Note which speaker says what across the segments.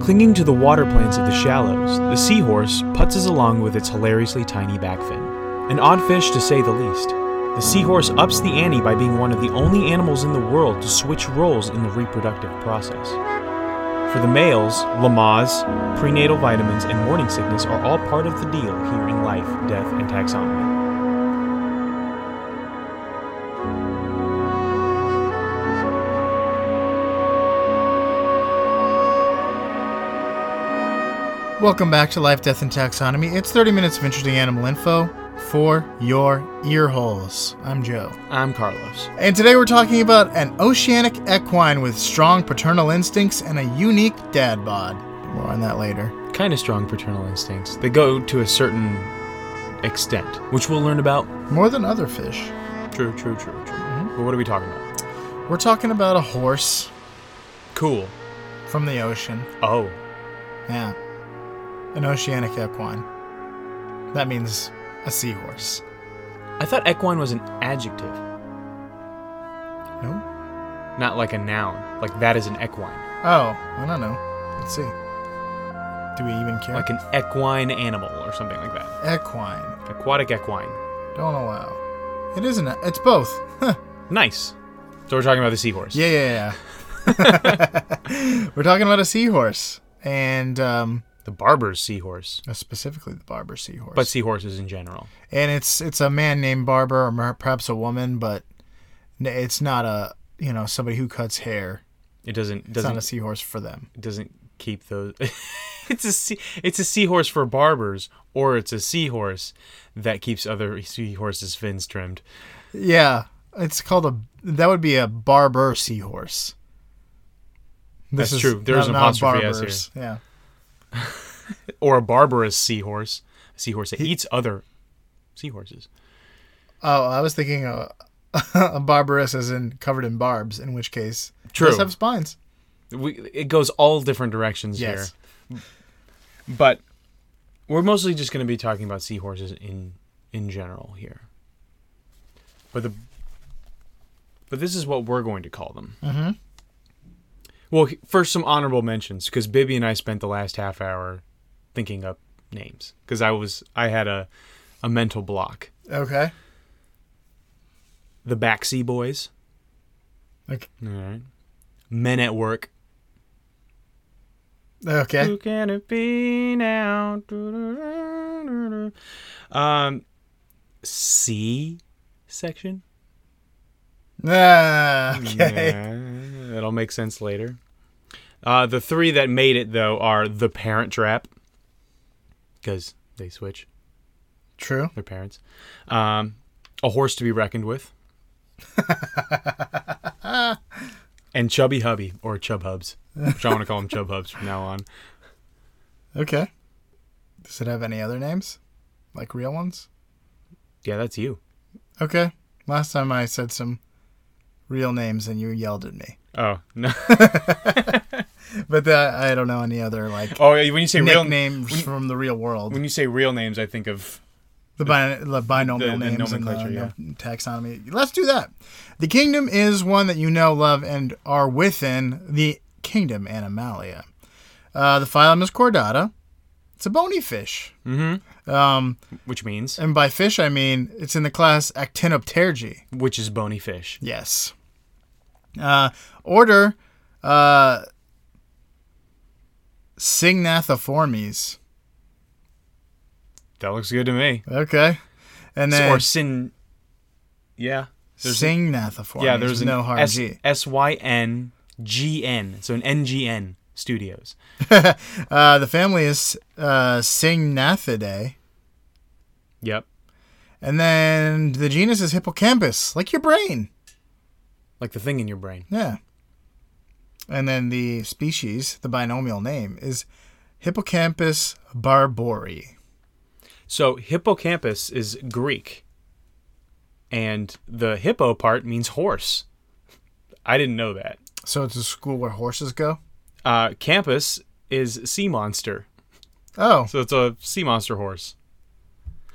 Speaker 1: Clinging to the water plants of the shallows, the seahorse putzes along with its hilariously tiny backfin. An odd fish to say the least. The seahorse ups the ante by being one of the only animals in the world to switch roles in the reproductive process. For the males, Lamaze, prenatal vitamins, and morning sickness are all part of the deal here in life, death, and taxonomy.
Speaker 2: Welcome back to Life, Death, and Taxonomy. It's 30 minutes of interesting animal info for your ear holes. I'm Joe.
Speaker 1: I'm Carlos.
Speaker 2: And today we're talking about an oceanic equine with strong paternal instincts and a unique dad bod. More on that later.
Speaker 1: Kind of strong paternal instincts. They go to a certain extent, which we'll learn about.
Speaker 2: More than other fish.
Speaker 1: True, true, true, true. But what are we talking about?
Speaker 2: We're talking about a horse
Speaker 1: Cool.
Speaker 2: from the ocean.
Speaker 1: Oh.
Speaker 2: Yeah. An oceanic equine. That means a seahorse.
Speaker 1: I thought equine was an adjective,
Speaker 2: No?
Speaker 1: not like a noun. Like that is an equine.
Speaker 2: Oh, I don't know. Let's see. Do we even care?
Speaker 1: Like an equine animal or something like that.
Speaker 2: equine.
Speaker 1: Aquatic equine.
Speaker 2: Don't allow. It isn't. A, it's both. Huh.
Speaker 1: Nice. So we're talking about the seahorse.
Speaker 2: Yeah, yeah, yeah. We're talking about a seahorse and um, uh,
Speaker 1: The barber's seahorse.
Speaker 2: specifically the barber seahorse.
Speaker 1: But seahorses in general.
Speaker 2: and it's it's a man named Barber or mer- perhaps a woman, but n- it's not a you know somebody who cuts hair.
Speaker 1: It doesn't
Speaker 2: It's not a
Speaker 1: doesn't
Speaker 2: seahorse for them.
Speaker 1: doesn't keep those. it's a sea, it's a seahorse for barbers, or it's a seahorse that keeps other seahorses' fins trimmed.
Speaker 2: Yeah, it's called a that would be a barber seahorse.
Speaker 1: That's true. There is an apostrophe S here.
Speaker 2: barbers. Yeah.
Speaker 1: Or a barbarous seahorse, a seahorse that eats other seahorses.
Speaker 2: Oh, I was thinking a, a barbarous as in covered in barbs, in which case it
Speaker 1: True.
Speaker 2: does have spines.
Speaker 1: We, it goes all different directions
Speaker 2: Yes.
Speaker 1: here, but we're mostly just going to be talking about seahorses in in general here. But the but this is what we're going to call them. Mm-hmm. Well, he- first some honorable mentions because Bibby and I spent the last half hour thinking up names because I was I had a a mental block.
Speaker 2: Okay.
Speaker 1: The Backseat Boys,
Speaker 2: Okay.
Speaker 1: all right. Men at Work.
Speaker 2: Okay.
Speaker 1: Who can it be now? Do-do-do-do-do. Um, C section.
Speaker 2: Ah, okay.
Speaker 1: Mm. Yeah, that'll make sense later. Uh, the three that made it though are the Parent Trap, because they switch
Speaker 2: True.
Speaker 1: their parents. Um, a horse to be reckoned with. and Chubby Hubby or Chub Hubs, which I want to call him Chub Hubs from now on.
Speaker 2: Okay. Does it have any other names? Like real ones?
Speaker 1: Yeah, that's you.
Speaker 2: Okay. Last time I said some real names and you yelled at me.
Speaker 1: Oh no.
Speaker 2: But that, I don't know any other like
Speaker 1: Oh, when you say real name.
Speaker 2: nicknames from the real world.
Speaker 1: When you say real names, I think of
Speaker 2: the, bi- the binomial
Speaker 1: the
Speaker 2: names and the
Speaker 1: nomenclature, yeah.
Speaker 2: nom- taxonomy. Let's do that. The kingdom is one that you know, love, and are within the kingdom Animalia. Uh, the phylum is Chordata. It's a bony fish. Mm-hmm. Um,
Speaker 1: which means
Speaker 2: and by fish, I mean it's in the class Actinopterygii.
Speaker 1: which is bony fish.
Speaker 2: Yes. Uh, order uh, Signathiformes.
Speaker 1: That looks good to me.
Speaker 2: Okay. And then
Speaker 1: or sin. Yeah. There's an-
Speaker 2: Signathiformes.
Speaker 1: yeah. There's an
Speaker 2: no hard
Speaker 1: S-
Speaker 2: G.
Speaker 1: S Y N G N. So an N G N Studios.
Speaker 2: Uh, the family is uh, Signathidae.
Speaker 1: Yep.
Speaker 2: And then the genus is Hippocampus, like your brain.
Speaker 1: Like the thing in your brain.
Speaker 2: Yeah. And then the species, the binomial name, is Hippocampus barbori.
Speaker 1: So hippocampus is Greek, and the hippo part means horse. I didn't know that.
Speaker 2: So it's a school where horses go?
Speaker 1: Uh, campus is sea monster.
Speaker 2: Oh,
Speaker 1: So it's a sea monster horse.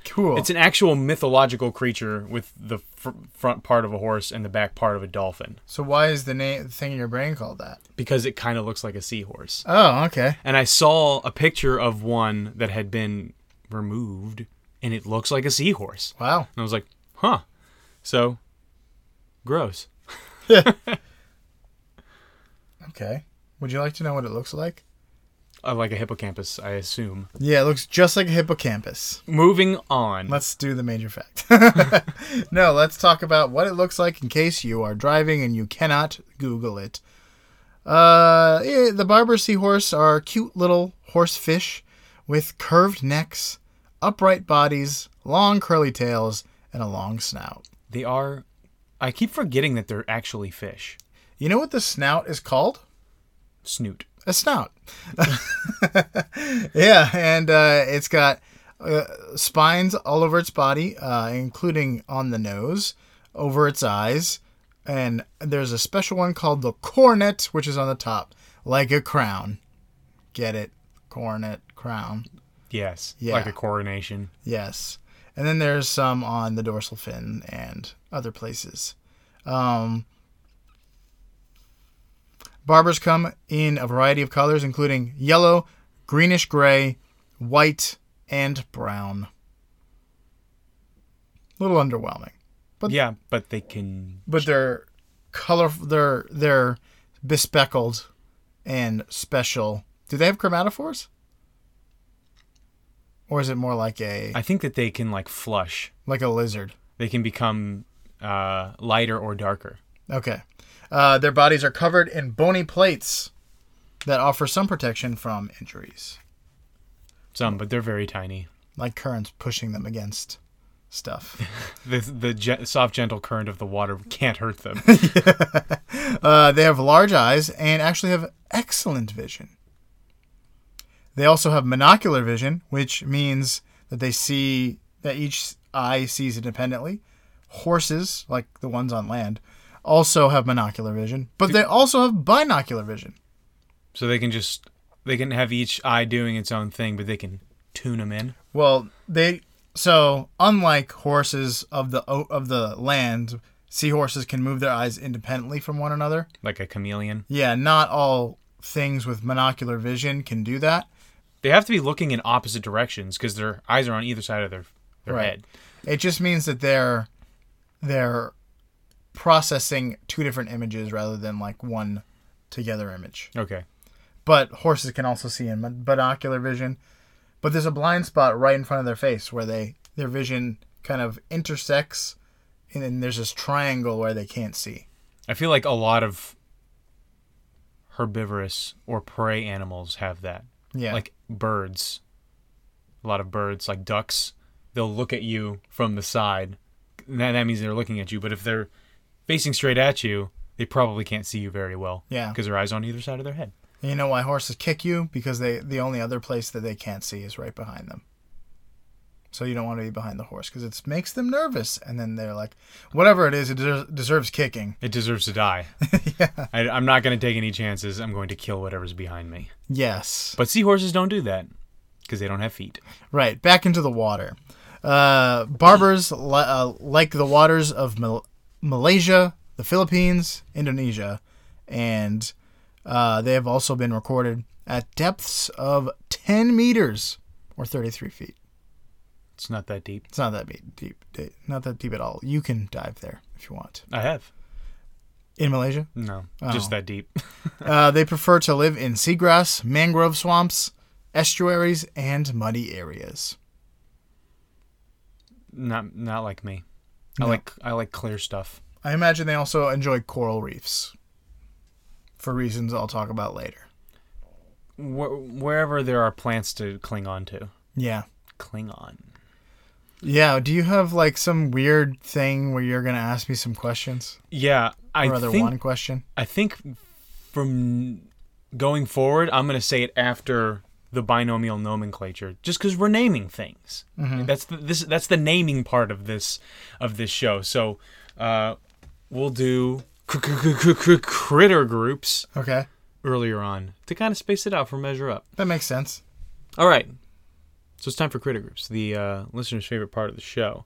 Speaker 2: Cool.
Speaker 1: It's an actual mythological creature with the fr- front part of a horse and the back part of a dolphin
Speaker 2: so why is the name the thing in your brain called that?
Speaker 1: because it kind of looks like a seahorse.
Speaker 2: Oh, okay.
Speaker 1: And I saw a picture of one that had been removed and it looks like a seahorse.
Speaker 2: Wow.
Speaker 1: And I was like, huh. So, gross.
Speaker 2: Okay. Would you like to know what it looks like?
Speaker 1: Uh, like a hippocampus, I assume.
Speaker 2: Yeah, it looks just like a hippocampus.
Speaker 1: Moving on.
Speaker 2: Let's do the major fact. no, let's talk about what it looks like in case you are driving and you cannot Google it. Uh, eh, the barber seahorse are cute little horse fish with curved necks, upright bodies, long curly tails, and a long snout.
Speaker 1: They are. I keep forgetting that they're actually fish.
Speaker 2: You know what the snout is called?
Speaker 1: Snoot.
Speaker 2: a snout. yeah, and uh, it's got uh, spines all over its body, uh, including on the nose, over its eyes, and there's a special one called the coronet, which is on the top, like a crown. Get it? Coronet, crown.
Speaker 1: Yes.
Speaker 2: Yeah.
Speaker 1: Like a coronation.
Speaker 2: Yes. And then there's some on the dorsal fin and other places. Um, barbers come in a variety of colors, including yellow, greenish gray, white, and brown. A little underwhelming,
Speaker 1: Yeah, but they can.
Speaker 2: but they're colorful. They're they're bespeckled and special. Do they have chromatophores? Or is it more like a
Speaker 1: I think that they can, like, flush.
Speaker 2: like a lizard?
Speaker 1: They can become uh, lighter or darker.
Speaker 2: Okay. Uh, their bodies are covered in bony plates that offer some protection from injuries,
Speaker 1: Some, but they're very tiny.
Speaker 2: like currents pushing them against stuff.
Speaker 1: The, the ge- soft, gentle current of the water can't hurt them.
Speaker 2: uh, they have large eyes and actually have excellent vision. They also have monocular vision, which means that they see that each eye sees independently. Horses, like the ones on land, also have monocular vision, but they also have binocular vision.
Speaker 1: so they can just. They can have each eye doing its own thing, but they can tune them in.
Speaker 2: Well, they so unlike horses of the o- of the land, seahorses can move their eyes independently from one another.
Speaker 1: Like a chameleon.
Speaker 2: Yeah, not all things with monocular vision can do that.
Speaker 1: They have to be looking in opposite directions because their eyes are on either side of their, their
Speaker 2: Right.
Speaker 1: head.
Speaker 2: It just means that they're they're processing two different images rather than like one together image.
Speaker 1: Okay.
Speaker 2: But horses can also see in mon- binocular vision. But there's a blind spot right in front of their face where they their vision kind of intersects and then there's this triangle where they can't see.
Speaker 1: I feel like a lot of herbivorous or prey animals have that.
Speaker 2: Yeah.
Speaker 1: Like birds. A lot of birds, like ducks, they'll look at you from the side. And That, that means they're looking at you, but if they're facing straight at you, they probably can't see you very well.
Speaker 2: Yeah.
Speaker 1: Because their eyes on either side of their head.
Speaker 2: you know why horses kick you? Because they the only other place that they can't see is right behind them. So you don't want to be behind the horse because it makes them nervous, and then they're like, whatever it is, it deser- deserves kicking.
Speaker 1: It deserves to die. yeah. I, I'm not going to take any chances. I'm going to kill whatever's behind me.
Speaker 2: Yes.
Speaker 1: But seahorses don't do that because they don't have feet.
Speaker 2: Right, back into the water. Uh, barbers li- uh, like the waters of Mal- Malaysia, the Philippines, Indonesia, and uh, they have also been recorded at depths of 10 meters or 33 feet.
Speaker 1: It's not that deep.
Speaker 2: It's not that deep, deep, deep, not that deep at all. You can dive there if you want.
Speaker 1: I have.
Speaker 2: In Malaysia,
Speaker 1: No,
Speaker 2: Oh.
Speaker 1: just that deep.
Speaker 2: uh, they prefer to live in seagrass, mangrove swamps, estuaries, and muddy areas.
Speaker 1: not not like me. I like I like clear stuff.
Speaker 2: I imagine they also enjoy coral reefs for reasons I'll talk about later.
Speaker 1: Where, wherever there are plants to cling on to,
Speaker 2: Yeah.
Speaker 1: cling on.
Speaker 2: Yeah. Do you have like some weird thing where you're going to ask me some questions?
Speaker 1: Yeah, I
Speaker 2: Or rather,
Speaker 1: think
Speaker 2: one question?
Speaker 1: I think from going forward, I'm gonna say it after the binomial nomenclature, just because we're naming things.
Speaker 2: Mm-hmm.
Speaker 1: That's the, this that's the naming part of this of this show. So uh, we'll do cr- cr- cr- cr- critter groups
Speaker 2: Okay.
Speaker 1: earlier on to kind of space it out for measure up.
Speaker 2: That makes sense.
Speaker 1: All right. So it's time for Critter Groups, the uh, listener's favorite part of the show.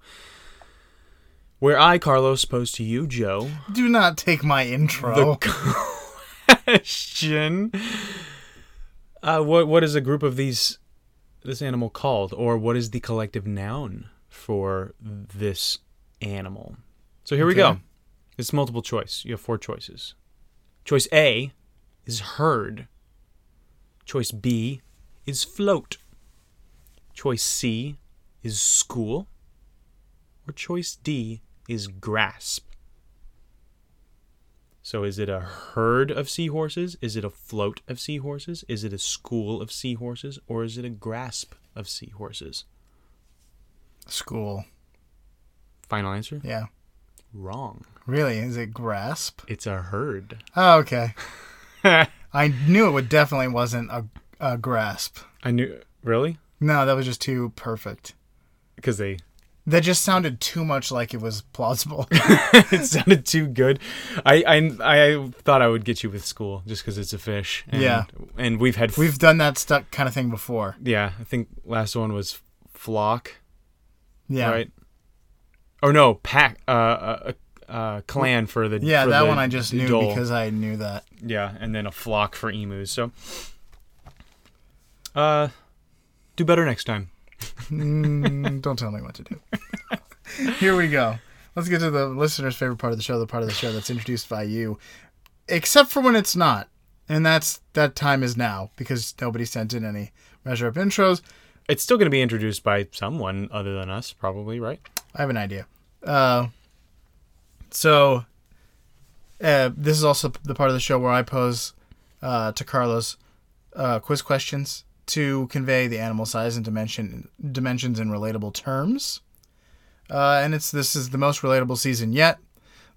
Speaker 1: Where I, Carlos, pose to you, Joe,
Speaker 2: Do not take my intro.
Speaker 1: question. Uh, what what is a group of these this animal called, or what is the collective noun for this animal? So here we go.
Speaker 2: Okay.
Speaker 1: It's multiple choice. You have four choices. Choice A is herd. Choice B is float. Choice C is school. Or choice D is grasp. So is it a herd of seahorses? Is it a float of seahorses? Is it a school of seahorses? Or is it a grasp of seahorses?
Speaker 2: School.
Speaker 1: Final answer?
Speaker 2: Yeah.
Speaker 1: Wrong.
Speaker 2: Really? Is it grasp?
Speaker 1: It's a herd.
Speaker 2: Oh, okay. I knew it would definitely wasn't a, a grasp.
Speaker 1: I knew. Really?
Speaker 2: No, that was just too perfect.
Speaker 1: Because they.
Speaker 2: That just sounded too much like it was plausible.
Speaker 1: It sounded too good. I, I I thought I would get you with school just because it's a fish. And,
Speaker 2: Yeah.
Speaker 1: And we've had.
Speaker 2: We've done that stuck kind of thing before.
Speaker 1: yeah, I think last one was flock,
Speaker 2: Yeah.
Speaker 1: right? Or no, pack. Uh, uh, uh, clan for the.
Speaker 2: Yeah,
Speaker 1: for
Speaker 2: that
Speaker 1: the
Speaker 2: one I just knew
Speaker 1: dole.
Speaker 2: because I knew that.
Speaker 1: Yeah, and then a flock for emus. So, uh, do better next time.
Speaker 2: Mm, don't tell me what to do. Here we go. Let's get to the listener's favorite part of the show, the part of the show that's introduced by you, except for when it's not. And that's that time is now because nobody sent in any measure up intros.
Speaker 1: It's still going to be introduced by someone other than us, probably, right?
Speaker 2: I have an idea. Uh, so, uh, this is also the part of the show where I pose uh, to Carlos uh, quiz questions to convey the animal size and dimension dimensions in relatable terms. Uh, and it's this is the most relatable season yet,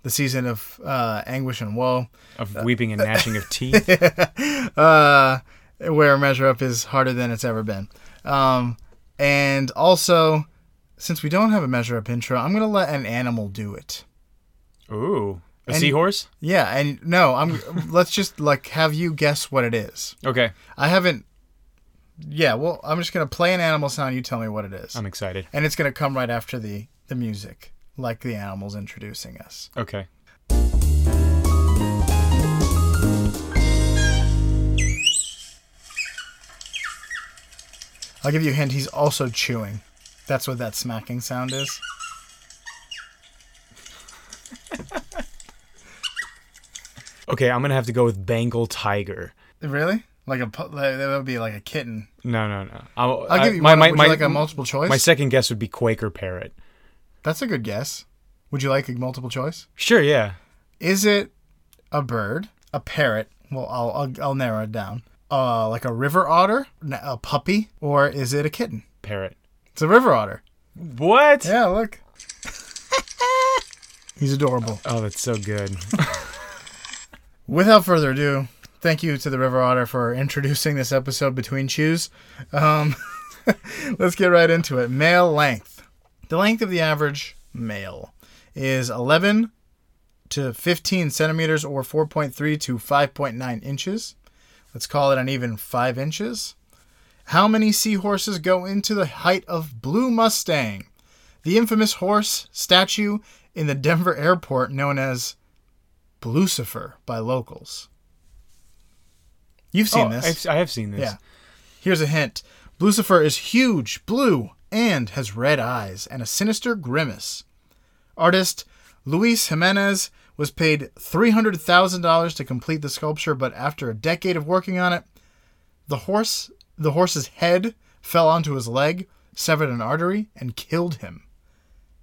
Speaker 2: the season of uh, anguish and woe,
Speaker 1: Of weeping and gnashing of teeth.
Speaker 2: uh, where measure up is harder than it's ever been. Um, and also, since we don't have a measure up intro, I'm gonna let an animal do it.
Speaker 1: Ooh, a seahorse.
Speaker 2: Yeah, and no, I'm. let's just like have you guess what it is.
Speaker 1: Okay,
Speaker 2: I haven't. Yeah, well, I'm just gonna play an animal sound. You tell me what it is,
Speaker 1: I'm excited.
Speaker 2: and it's gonna come right after the the music, like the animals introducing us.
Speaker 1: Okay,
Speaker 2: I'll give you a hint. He's also chewing. That's what that smacking sound is.
Speaker 1: okay, I'm gonna have to go with Bengal tiger.
Speaker 2: Really? Like a pu- like, that would be like a kitten.
Speaker 1: No, no, no. I'll,
Speaker 2: I'll
Speaker 1: I-
Speaker 2: give you
Speaker 1: my,
Speaker 2: one.
Speaker 1: my,
Speaker 2: would
Speaker 1: my,
Speaker 2: you like a multiple choice?
Speaker 1: my second guess would be Quaker parrot.
Speaker 2: That's a good guess. Would you like a multiple choice?
Speaker 1: Sure, yeah.
Speaker 2: Is it a bird, a parrot? Well, I'll I'll, I'll narrow it down. Uh, like a river otter, N- a puppy, or is it a kitten?
Speaker 1: Parrot.
Speaker 2: It's a river otter.
Speaker 1: What?
Speaker 2: Yeah, look. He's adorable.
Speaker 1: Oh, that's so good.
Speaker 2: Without further ado, thank you to the river otter for introducing this episode between chews. Um, let's get right into it. Male length. The length of the average male is 11 to 15 centimeters or 4.3 to 5.9 inches. Let's call it an even 5 inches. How many seahorses go into the height of Blue Mustang? The infamous horse statue in the Denver airport known as Blucifer by locals. You've seen
Speaker 1: Oh,
Speaker 2: this.
Speaker 1: I've, I have seen this.
Speaker 2: Yeah. Here's a hint Lucifer is huge, blue, and has red eyes and a sinister grimace. Artist Luis Jimenez was paid $300,000 to complete the sculpture, but after a decade of working on it, the horse the horse's head fell onto his leg, severed an artery, and killed him.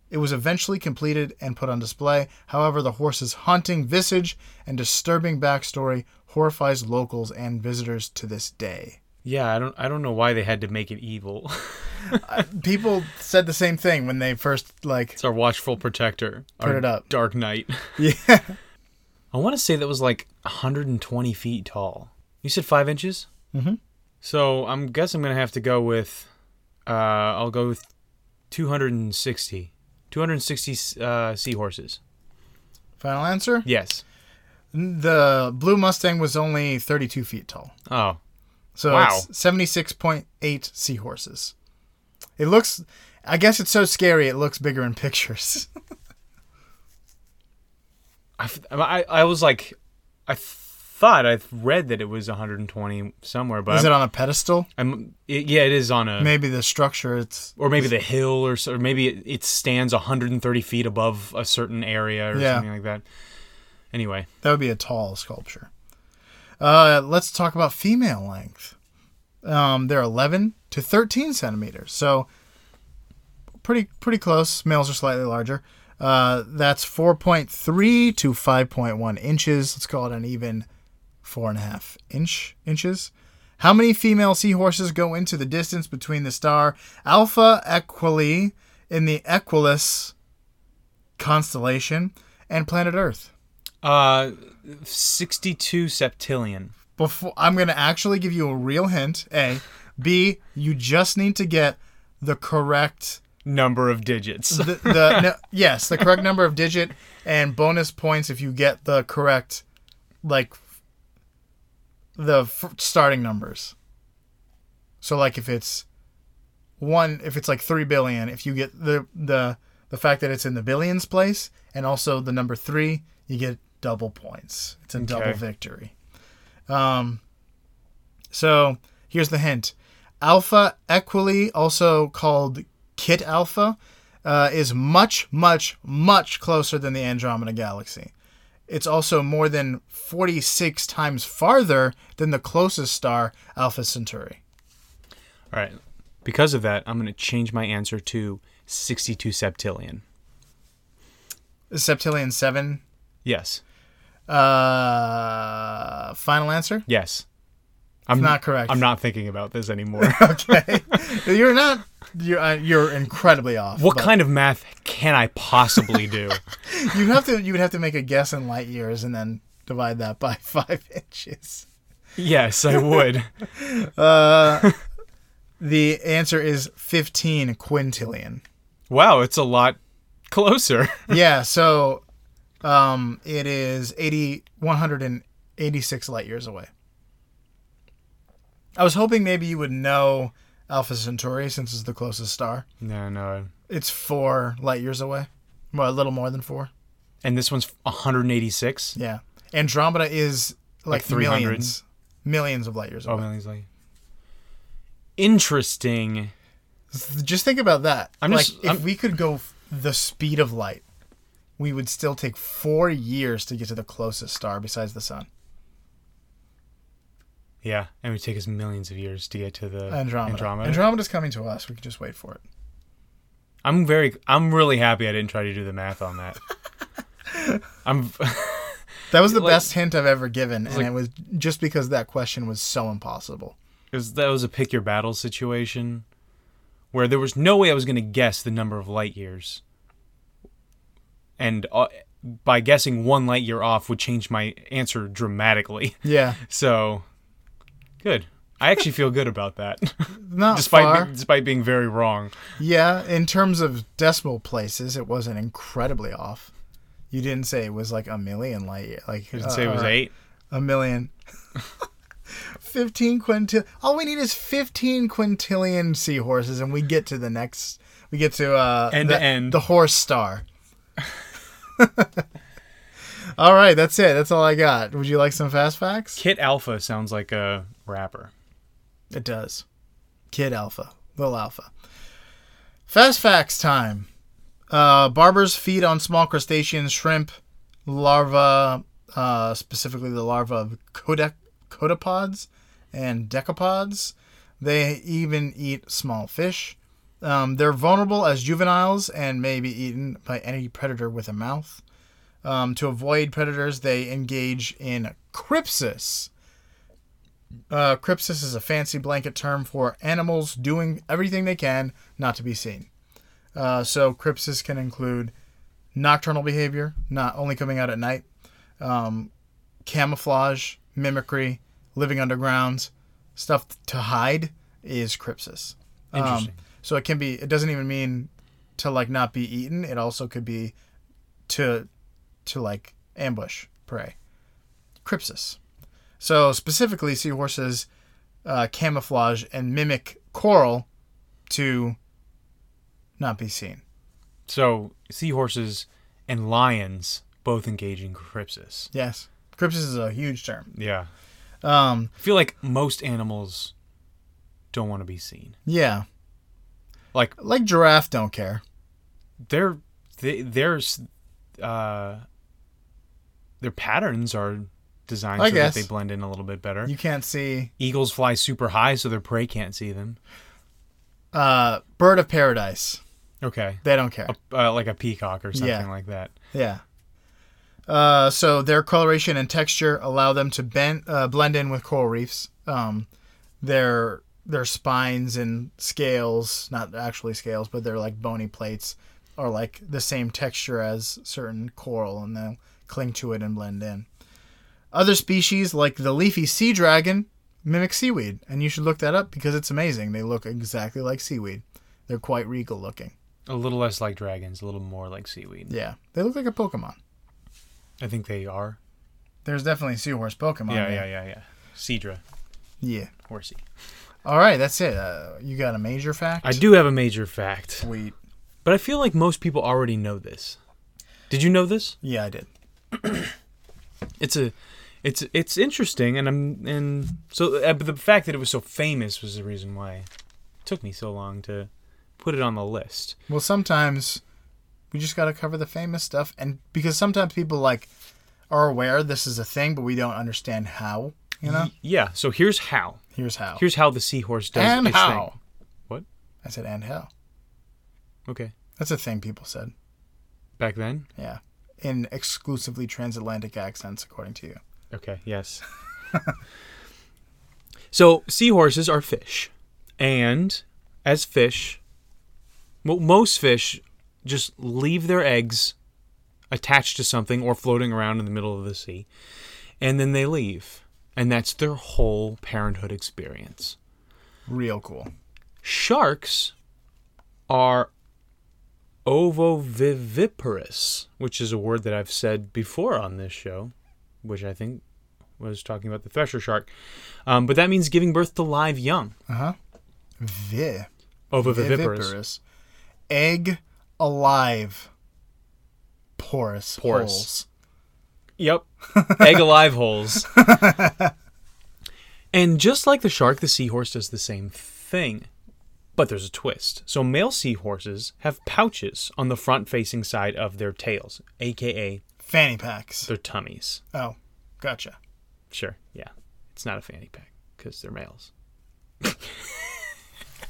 Speaker 2: It was eventually completed and put on display. However, the horse's haunting visage and disturbing backstory horrifies locals and visitors to this day.
Speaker 1: Yeah, I don't I don't know why they had to make it evil.
Speaker 2: people said the same thing when they first like
Speaker 1: It's our watchful protector. our
Speaker 2: it up.
Speaker 1: Dark Knight.
Speaker 2: yeah
Speaker 1: I want to say that was like 120 feet tall. You said five inches. Mm-hmm. So I'm guess I'm gonna have to go with. Uh, I'll go with 260. 260 uh, seahorses.
Speaker 2: final answer
Speaker 1: Yes.
Speaker 2: the blue mustang was only 32 feet tall
Speaker 1: Oh,
Speaker 2: so
Speaker 1: Wow.
Speaker 2: it's 76.8 seahorses It looks. I guess it's so scary. It looks bigger in pictures.
Speaker 1: I, f- I, I was like, I thought I read that it was 120 somewhere, but
Speaker 2: Is
Speaker 1: I'm,
Speaker 2: it on a pedestal?
Speaker 1: I'm- it- yeah, it is on a
Speaker 2: Maybe the structure. It's
Speaker 1: or maybe the hill or, so- or maybe it, it stands 130 feet above a certain area or
Speaker 2: Yeah.
Speaker 1: something like that. Anyway,
Speaker 2: that would be a tall sculpture. Uh, let's talk about female length. Um, they're 11 to 13 centimeters, so pretty pretty close. Males are slightly larger. Uh, that's 4.3 to 5.1 inches. Let's call it an even four and a half inch inches. How many female seahorses go into the distance between the star Alpha Equali in the Equus constellation and planet Earth?
Speaker 1: uh, 62 septillion.
Speaker 2: before I'm gonna actually give you a real hint. A, B, you just need to get the correct
Speaker 1: Number of digits.
Speaker 2: the, the no, yes the correct number of digit and bonus points if you get the correct like the f- starting numbers. So like if it's one if it's like three billion if you get the the the fact that it's in the billions place and also the number three you get double points. It's a double
Speaker 1: Okay.
Speaker 2: victory. Um, So here's the hint: Alpha Equili, also called Kit Alpha, uh, is much, much, much closer than the Andromeda Galaxy. It's also more than 46 times farther than the closest star, Alpha Centauri.
Speaker 1: All right. Because of that, I'm going to change my answer to 62 septillion.
Speaker 2: Is Septillion 7?
Speaker 1: Yes.
Speaker 2: Uh, final answer?
Speaker 1: Yes. I'm
Speaker 2: Not correct.
Speaker 1: Mm, I'm not thinking about this anymore.
Speaker 2: You're not. You're uh, you're incredibly off.
Speaker 1: what
Speaker 2: but
Speaker 1: kind of math can I possibly do?
Speaker 2: You have to. You would have to make a guess in light years and then divide that by five inches.
Speaker 1: yes, I would.
Speaker 2: The answer is 15 quintillion.
Speaker 1: Wow, it's a lot closer.
Speaker 2: yeah, so um, it is 80, 186 light years away. I was hoping maybe you would know Alpha Centauri since it's the closest star.
Speaker 1: no, no.
Speaker 2: It's four light years away. Well, a little more than four.
Speaker 1: And this one's 186.
Speaker 2: Yeah. Andromeda is like,
Speaker 1: Like 300.
Speaker 2: millions, millions of light years
Speaker 1: Oh,
Speaker 2: away.
Speaker 1: man, he's like interesting.
Speaker 2: Just think about that.
Speaker 1: I'm
Speaker 2: like,
Speaker 1: just-
Speaker 2: if
Speaker 1: I'm-
Speaker 2: we could go f- the speed of light, we would still take four years to get to the closest star besides the sun.
Speaker 1: Yeah, and it would take us millions of years to get to the
Speaker 2: Andromeda.
Speaker 1: Andromeda.
Speaker 2: Andromeda's coming to us. We can just wait for it.
Speaker 1: I'm very, I'm really happy I didn't try to do the math on that. I'm,
Speaker 2: That was the
Speaker 1: Like-
Speaker 2: best hint I've ever given, and
Speaker 1: like-
Speaker 2: it was just because that question was so impossible.
Speaker 1: it was, that was a pick your battle situation, where there was no way I was going to guess the number of light years, and uh, by guessing one light year off would change my answer dramatically.
Speaker 2: Yeah,
Speaker 1: So, good. I actually feel good about that,
Speaker 2: not far.
Speaker 1: despite be, despite being very wrong.
Speaker 2: yeah, in terms of decimal places, it wasn't incredibly off. You didn't say it was like a million light year. Like uh,
Speaker 1: I didn't say it was eight.
Speaker 2: A million. fifteen quintil. All we need is fifteen quintillion seahorses, and we get to the next. We get to uh,
Speaker 1: End
Speaker 2: the,
Speaker 1: to end.
Speaker 2: the horse star. all right, that's it. That's all I got. Would you like some fast facts?
Speaker 1: Kit Alpha sounds like a rapper.
Speaker 2: It does. Kid Alpha, little Alpha. Fast facts time. Uh, barbers feed on small crustaceans, shrimp, larvae, uh, specifically the larvae of codec- codopods and decapods. They even eat small fish. Um, they're vulnerable as juveniles and may be eaten by any predator with a mouth. Um, to avoid predators, they engage in crypsis. Uh, crypsis is a fancy blanket term for animals doing everything they can not to be seen. Uh, so crypsis can include nocturnal behavior, not only coming out at night, um, camouflage, mimicry, living underground, stuff to hide is crypsis. Um,
Speaker 1: Interesting.
Speaker 2: so it can be. It doesn't even mean to like not be eaten. It also could be to to like ambush prey. Crypsis. So specifically, seahorses uh, camouflage and mimic coral to not be seen.
Speaker 1: So seahorses and lions both engage in crypsis.
Speaker 2: Yes. Crypsis is a huge term.
Speaker 1: Yeah.
Speaker 2: Um,
Speaker 1: I feel like most animals don't want to be seen.
Speaker 2: yeah.
Speaker 1: Like
Speaker 2: Like giraffe don't care.
Speaker 1: their they, there's uh their patterns are designed
Speaker 2: I
Speaker 1: so
Speaker 2: guess.
Speaker 1: that they blend in a little bit better.
Speaker 2: You can't see
Speaker 1: Eagles fly super high so their prey can't see them.
Speaker 2: uh bird of paradise.
Speaker 1: Okay.
Speaker 2: They don't care.
Speaker 1: Uh, like a peacock or something
Speaker 2: Yeah.
Speaker 1: like that.
Speaker 2: Yeah. Uh, so their coloration and texture allow them to bend, uh, blend in with coral reefs. Um, their their spines and scales, not actually scales, but they're like bony plates, are like the same texture as certain coral, and they'll cling to it and blend in. Other species like the leafy sea dragon mimic seaweed, and you should look that up because it's amazing. They look exactly like seaweed. They're quite regal looking.
Speaker 1: A little less like dragons, a little more like seaweed.
Speaker 2: Yeah, they look like a Pokemon.
Speaker 1: I think they are.
Speaker 2: There's definitely seahorse Pokemon.
Speaker 1: yeah, yeah,
Speaker 2: there.
Speaker 1: yeah, yeah. Cedra,
Speaker 2: Yeah.
Speaker 1: horsey.
Speaker 2: All right, that's it. Uh, you got a major fact?
Speaker 1: I do have a major fact,
Speaker 2: Sweet.
Speaker 1: but I feel like most people already know this. Did you know this?
Speaker 2: Yeah, I did.
Speaker 1: It's a, it's it's interesting, and I'm and so uh, but the fact that it was so famous was the reason why it took me so long to put it on the list.
Speaker 2: Well, sometimes we just got to cover the famous stuff, and because sometimes people like are aware this is a thing, but we don't understand how. You know?
Speaker 1: Yeah. So here's how.
Speaker 2: Here's how.
Speaker 1: Here's how the seahorse does
Speaker 2: and
Speaker 1: its thing.
Speaker 2: how.
Speaker 1: What?
Speaker 2: I said and how.
Speaker 1: Okay.
Speaker 2: That's a thing people said.
Speaker 1: Back then.
Speaker 2: Yeah. In exclusively transatlantic accents, according to you.
Speaker 1: Okay, yes. so, seahorses are fish. And as fish, mo most fish just leave their eggs attached to something or floating around in the middle of the sea. And then they leave. And that's their whole parenthood experience.
Speaker 2: Real cool.
Speaker 1: Sharks are ovoviviparous, which is a word that I've said before on this show, which I think was talking about the thresher shark. Um, but that means giving birth to live young.
Speaker 2: Vi.
Speaker 1: Ovoviviparous.
Speaker 2: Egg alive. Porous.
Speaker 1: Porous.
Speaker 2: Holes.
Speaker 1: Yep. Egg alive holes. and just like the shark, the seahorse does the same thing. But there's a twist. So male seahorses have pouches on the front facing side of their tails, aka
Speaker 2: Fanny packs.
Speaker 1: their tummies.
Speaker 2: Oh, gotcha.
Speaker 1: Sure. Yeah. It's not a fanny pack because they're males.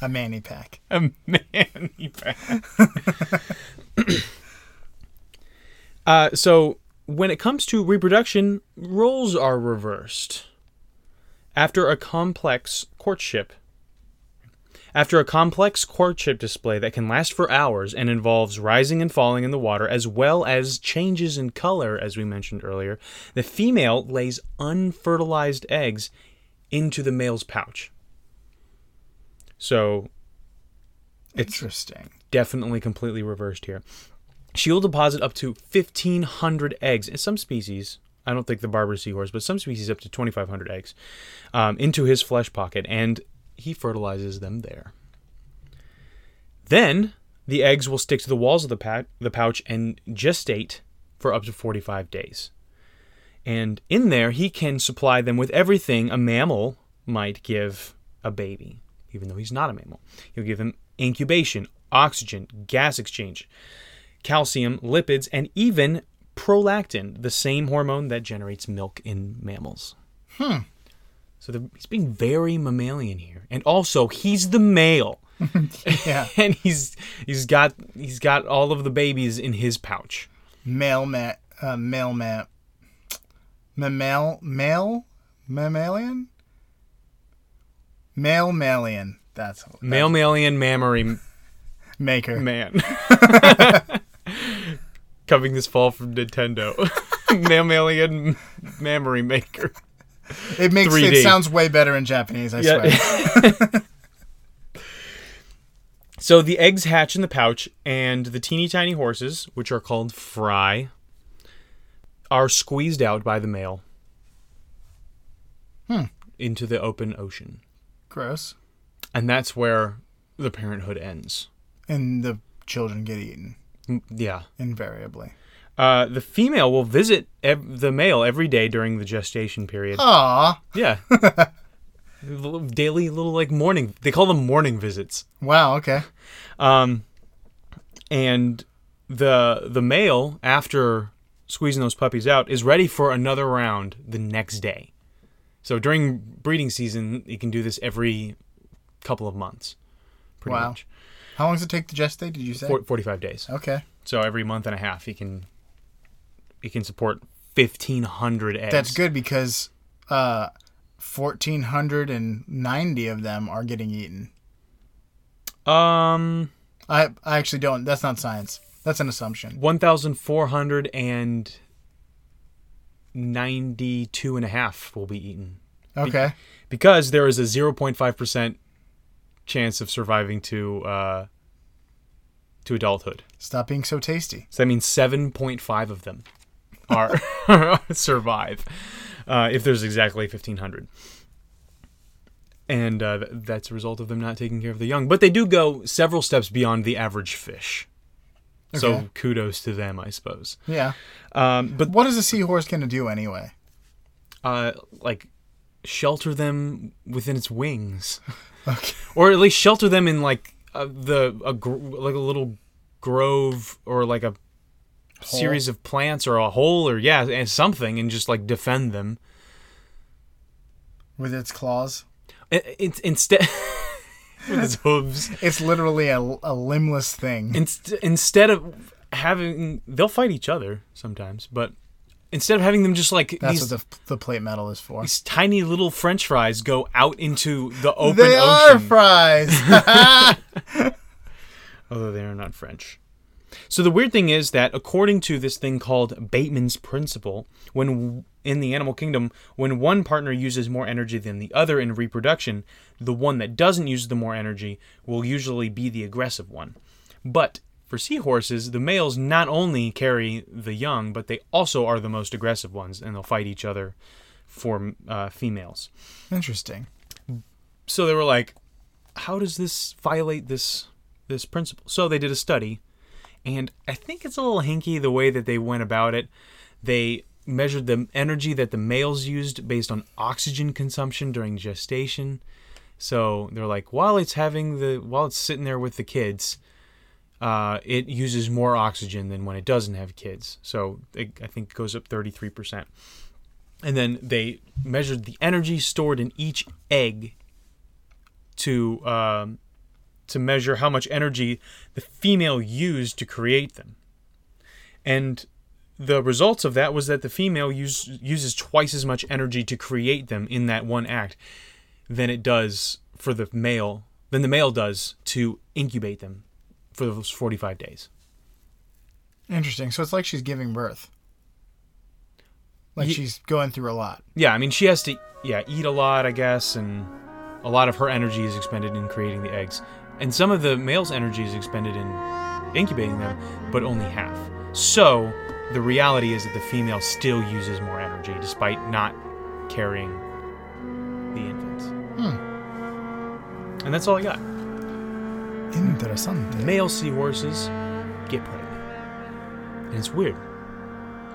Speaker 2: A manny pack.
Speaker 1: A manny pack. uh, so when it comes to reproduction, roles are reversed. After a complex courtship, after a complex courtship display that can last for hours and involves rising and falling in the water as well as changes in color, as we mentioned earlier, the female lays unfertilized eggs into the male's pouch. So
Speaker 2: Interesting.
Speaker 1: definitely completely reversed here. She'll deposit up to 1,500 eggs in some species. I don't think the barber seahorse, but some species up to 2,500 eggs um, into his flesh pocket, and he fertilizes them there. Then the eggs will stick to the walls of the, pa- the pouch and gestate for up to 45 days. And in there, he can supply them with everything a mammal might give a baby, even though he's not a mammal. He'll give them incubation, oxygen, gas exchange, calcium, lipids, and even prolactin, the same hormone that generates milk in mammals. Hmm. So the, he's being very mammalian here, and also he's the male,
Speaker 2: Yeah.
Speaker 1: and he's he's got he's got all of the babies in his pouch.
Speaker 2: male ma uh, male ma mammal male mammalian male mammalian that's
Speaker 1: Male, mammalian, mammary
Speaker 2: maker
Speaker 1: man. Coming this fall from Nintendo. Mammalian memory maker.
Speaker 2: it makes
Speaker 1: 3D.
Speaker 2: it sounds way better in japanese i swear
Speaker 1: so the eggs hatch in the pouch, and the teeny tiny horses, which are called fry, are squeezed out by the male Hmm. into the open ocean.
Speaker 2: gross
Speaker 1: And that's where the parenthood ends.
Speaker 2: and the children get eaten
Speaker 1: Mm, Yeah.
Speaker 2: invariably.
Speaker 1: Uh, the female will visit ev- the male every day during the gestation period.
Speaker 2: Aw,
Speaker 1: Yeah. Little Daily little like morning. They call them morning visits.
Speaker 2: wow. Okay.
Speaker 1: Um, and the the male after squeezing those puppies out is ready for another round the next day. So during breeding season, you can do this every couple of months. Pretty
Speaker 2: Wow.
Speaker 1: much.
Speaker 2: How long does it take to gestate? Did you say?
Speaker 1: Four- 45 days.
Speaker 2: Okay,
Speaker 1: So every month and a half, he can he can support 1500 eggs.
Speaker 2: that's good because uh, fourteen hundred and ninety of them are getting eaten.
Speaker 1: Um
Speaker 2: I I actually don't. That's not science. That's an assumption.
Speaker 1: 1492 and a half will be eaten
Speaker 2: Okay.
Speaker 1: because there is a 0.5% chance of surviving to uh to adulthood.
Speaker 2: Stop being so tasty.
Speaker 1: So that means 7.5 of them are survive uh, if there's exactly 1500. And uh, th- that's a result of them not taking care of the young. But they do go several steps beyond the average fish. So
Speaker 2: Okay.
Speaker 1: kudos to them, I suppose.
Speaker 2: Yeah.
Speaker 1: Um, but
Speaker 2: What is a seahorse gonna do anyway?
Speaker 1: uh, like shelter them within its wings,
Speaker 2: Okay.
Speaker 1: or at least shelter them in like uh, the a gr- like a little grove or like a series of plants or a hole or yeah and something and just like defend them.
Speaker 2: With its claws.
Speaker 1: I- It's instead with its hooves
Speaker 2: It's literally a, a limbless thing.
Speaker 1: Inst- instead of having they'll fight each other sometimes, but instead of having them just like
Speaker 2: That's
Speaker 1: these.
Speaker 2: what the, the plate metal is for.
Speaker 1: these tiny little French fries go out into the open
Speaker 2: They
Speaker 1: ocean.
Speaker 2: are fries.
Speaker 1: although they are not French. So the weird thing is that according to this thing called Bateman's principle, when w- in the animal kingdom, when one partner uses more energy than the other in reproduction, the one that doesn't use the more energy will usually be the aggressive one. But for seahorses, the males not only carry the young, but they also are the most aggressive ones, and they'll fight each other for uh, females.
Speaker 2: Interesting.
Speaker 1: So they were like, how does this violate this this principle? So they did a study, and I think it's a little hinky the way that they went about it. They measured the energy that the males used based on oxygen consumption during gestation. So they're like, while it's having the while it's sitting there with the kids, uh, it uses more oxygen than when it doesn't have kids. So it, I think it goes up thirty three percent. And then they measured the energy stored in each egg to um, to measure how much energy the female used to create them. And the results of that was that the female use, uses twice as much energy to create them in that one act than it does for the male than the male does to incubate them for those 45 days.
Speaker 2: Interesting. So it's like she's giving birth. Like
Speaker 1: Ye-
Speaker 2: she's going through a lot.
Speaker 1: Yeah, I mean she has to yeah, eat a lot, I guess, and a lot of her energy is expended in creating the eggs. And some of the male's energy is expended in incubating them, but only half. So, the reality is that the female still uses more energy despite not carrying the infants. And that's all I got.
Speaker 2: Interesante.
Speaker 1: Male seahorses get pregnant. And it's weird,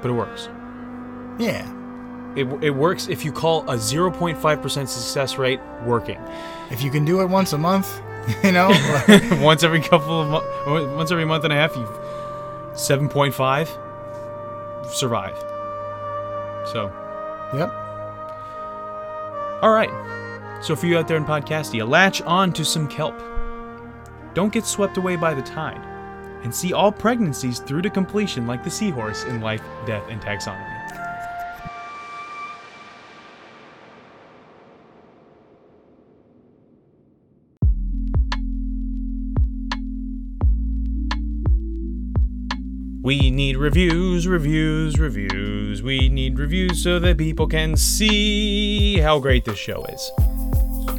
Speaker 1: but it works.
Speaker 2: Yeah.
Speaker 1: It, it works if you call a 0.5% success rate working.
Speaker 2: If you can do it once a month, you know, like,
Speaker 1: once every couple of mo- once every month and a half you 7.5 survive so
Speaker 2: yep.
Speaker 1: all right so for you out there in podcastia latch on to some kelp don't get swept away by the tide and see all pregnancies through to completion like the seahorse in life death and taxonomy We need reviews, reviews, reviews. We need reviews so that people can see how great this show is.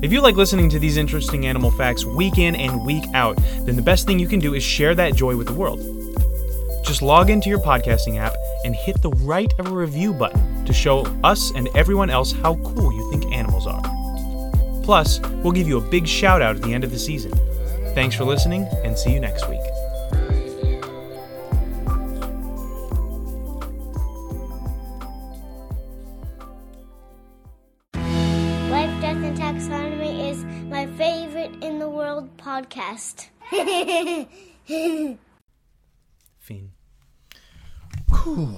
Speaker 1: If you like listening to these interesting animal facts week in and week out, then the best thing you can do is share that joy with the world. Just log into your podcasting app and hit the write a review button to show us and everyone else how cool you think animals are. Plus, we'll give you a big shout out at the end of the season. Thanks for listening and see you next week.
Speaker 3: Secret in the World podcast.
Speaker 1: Fiend.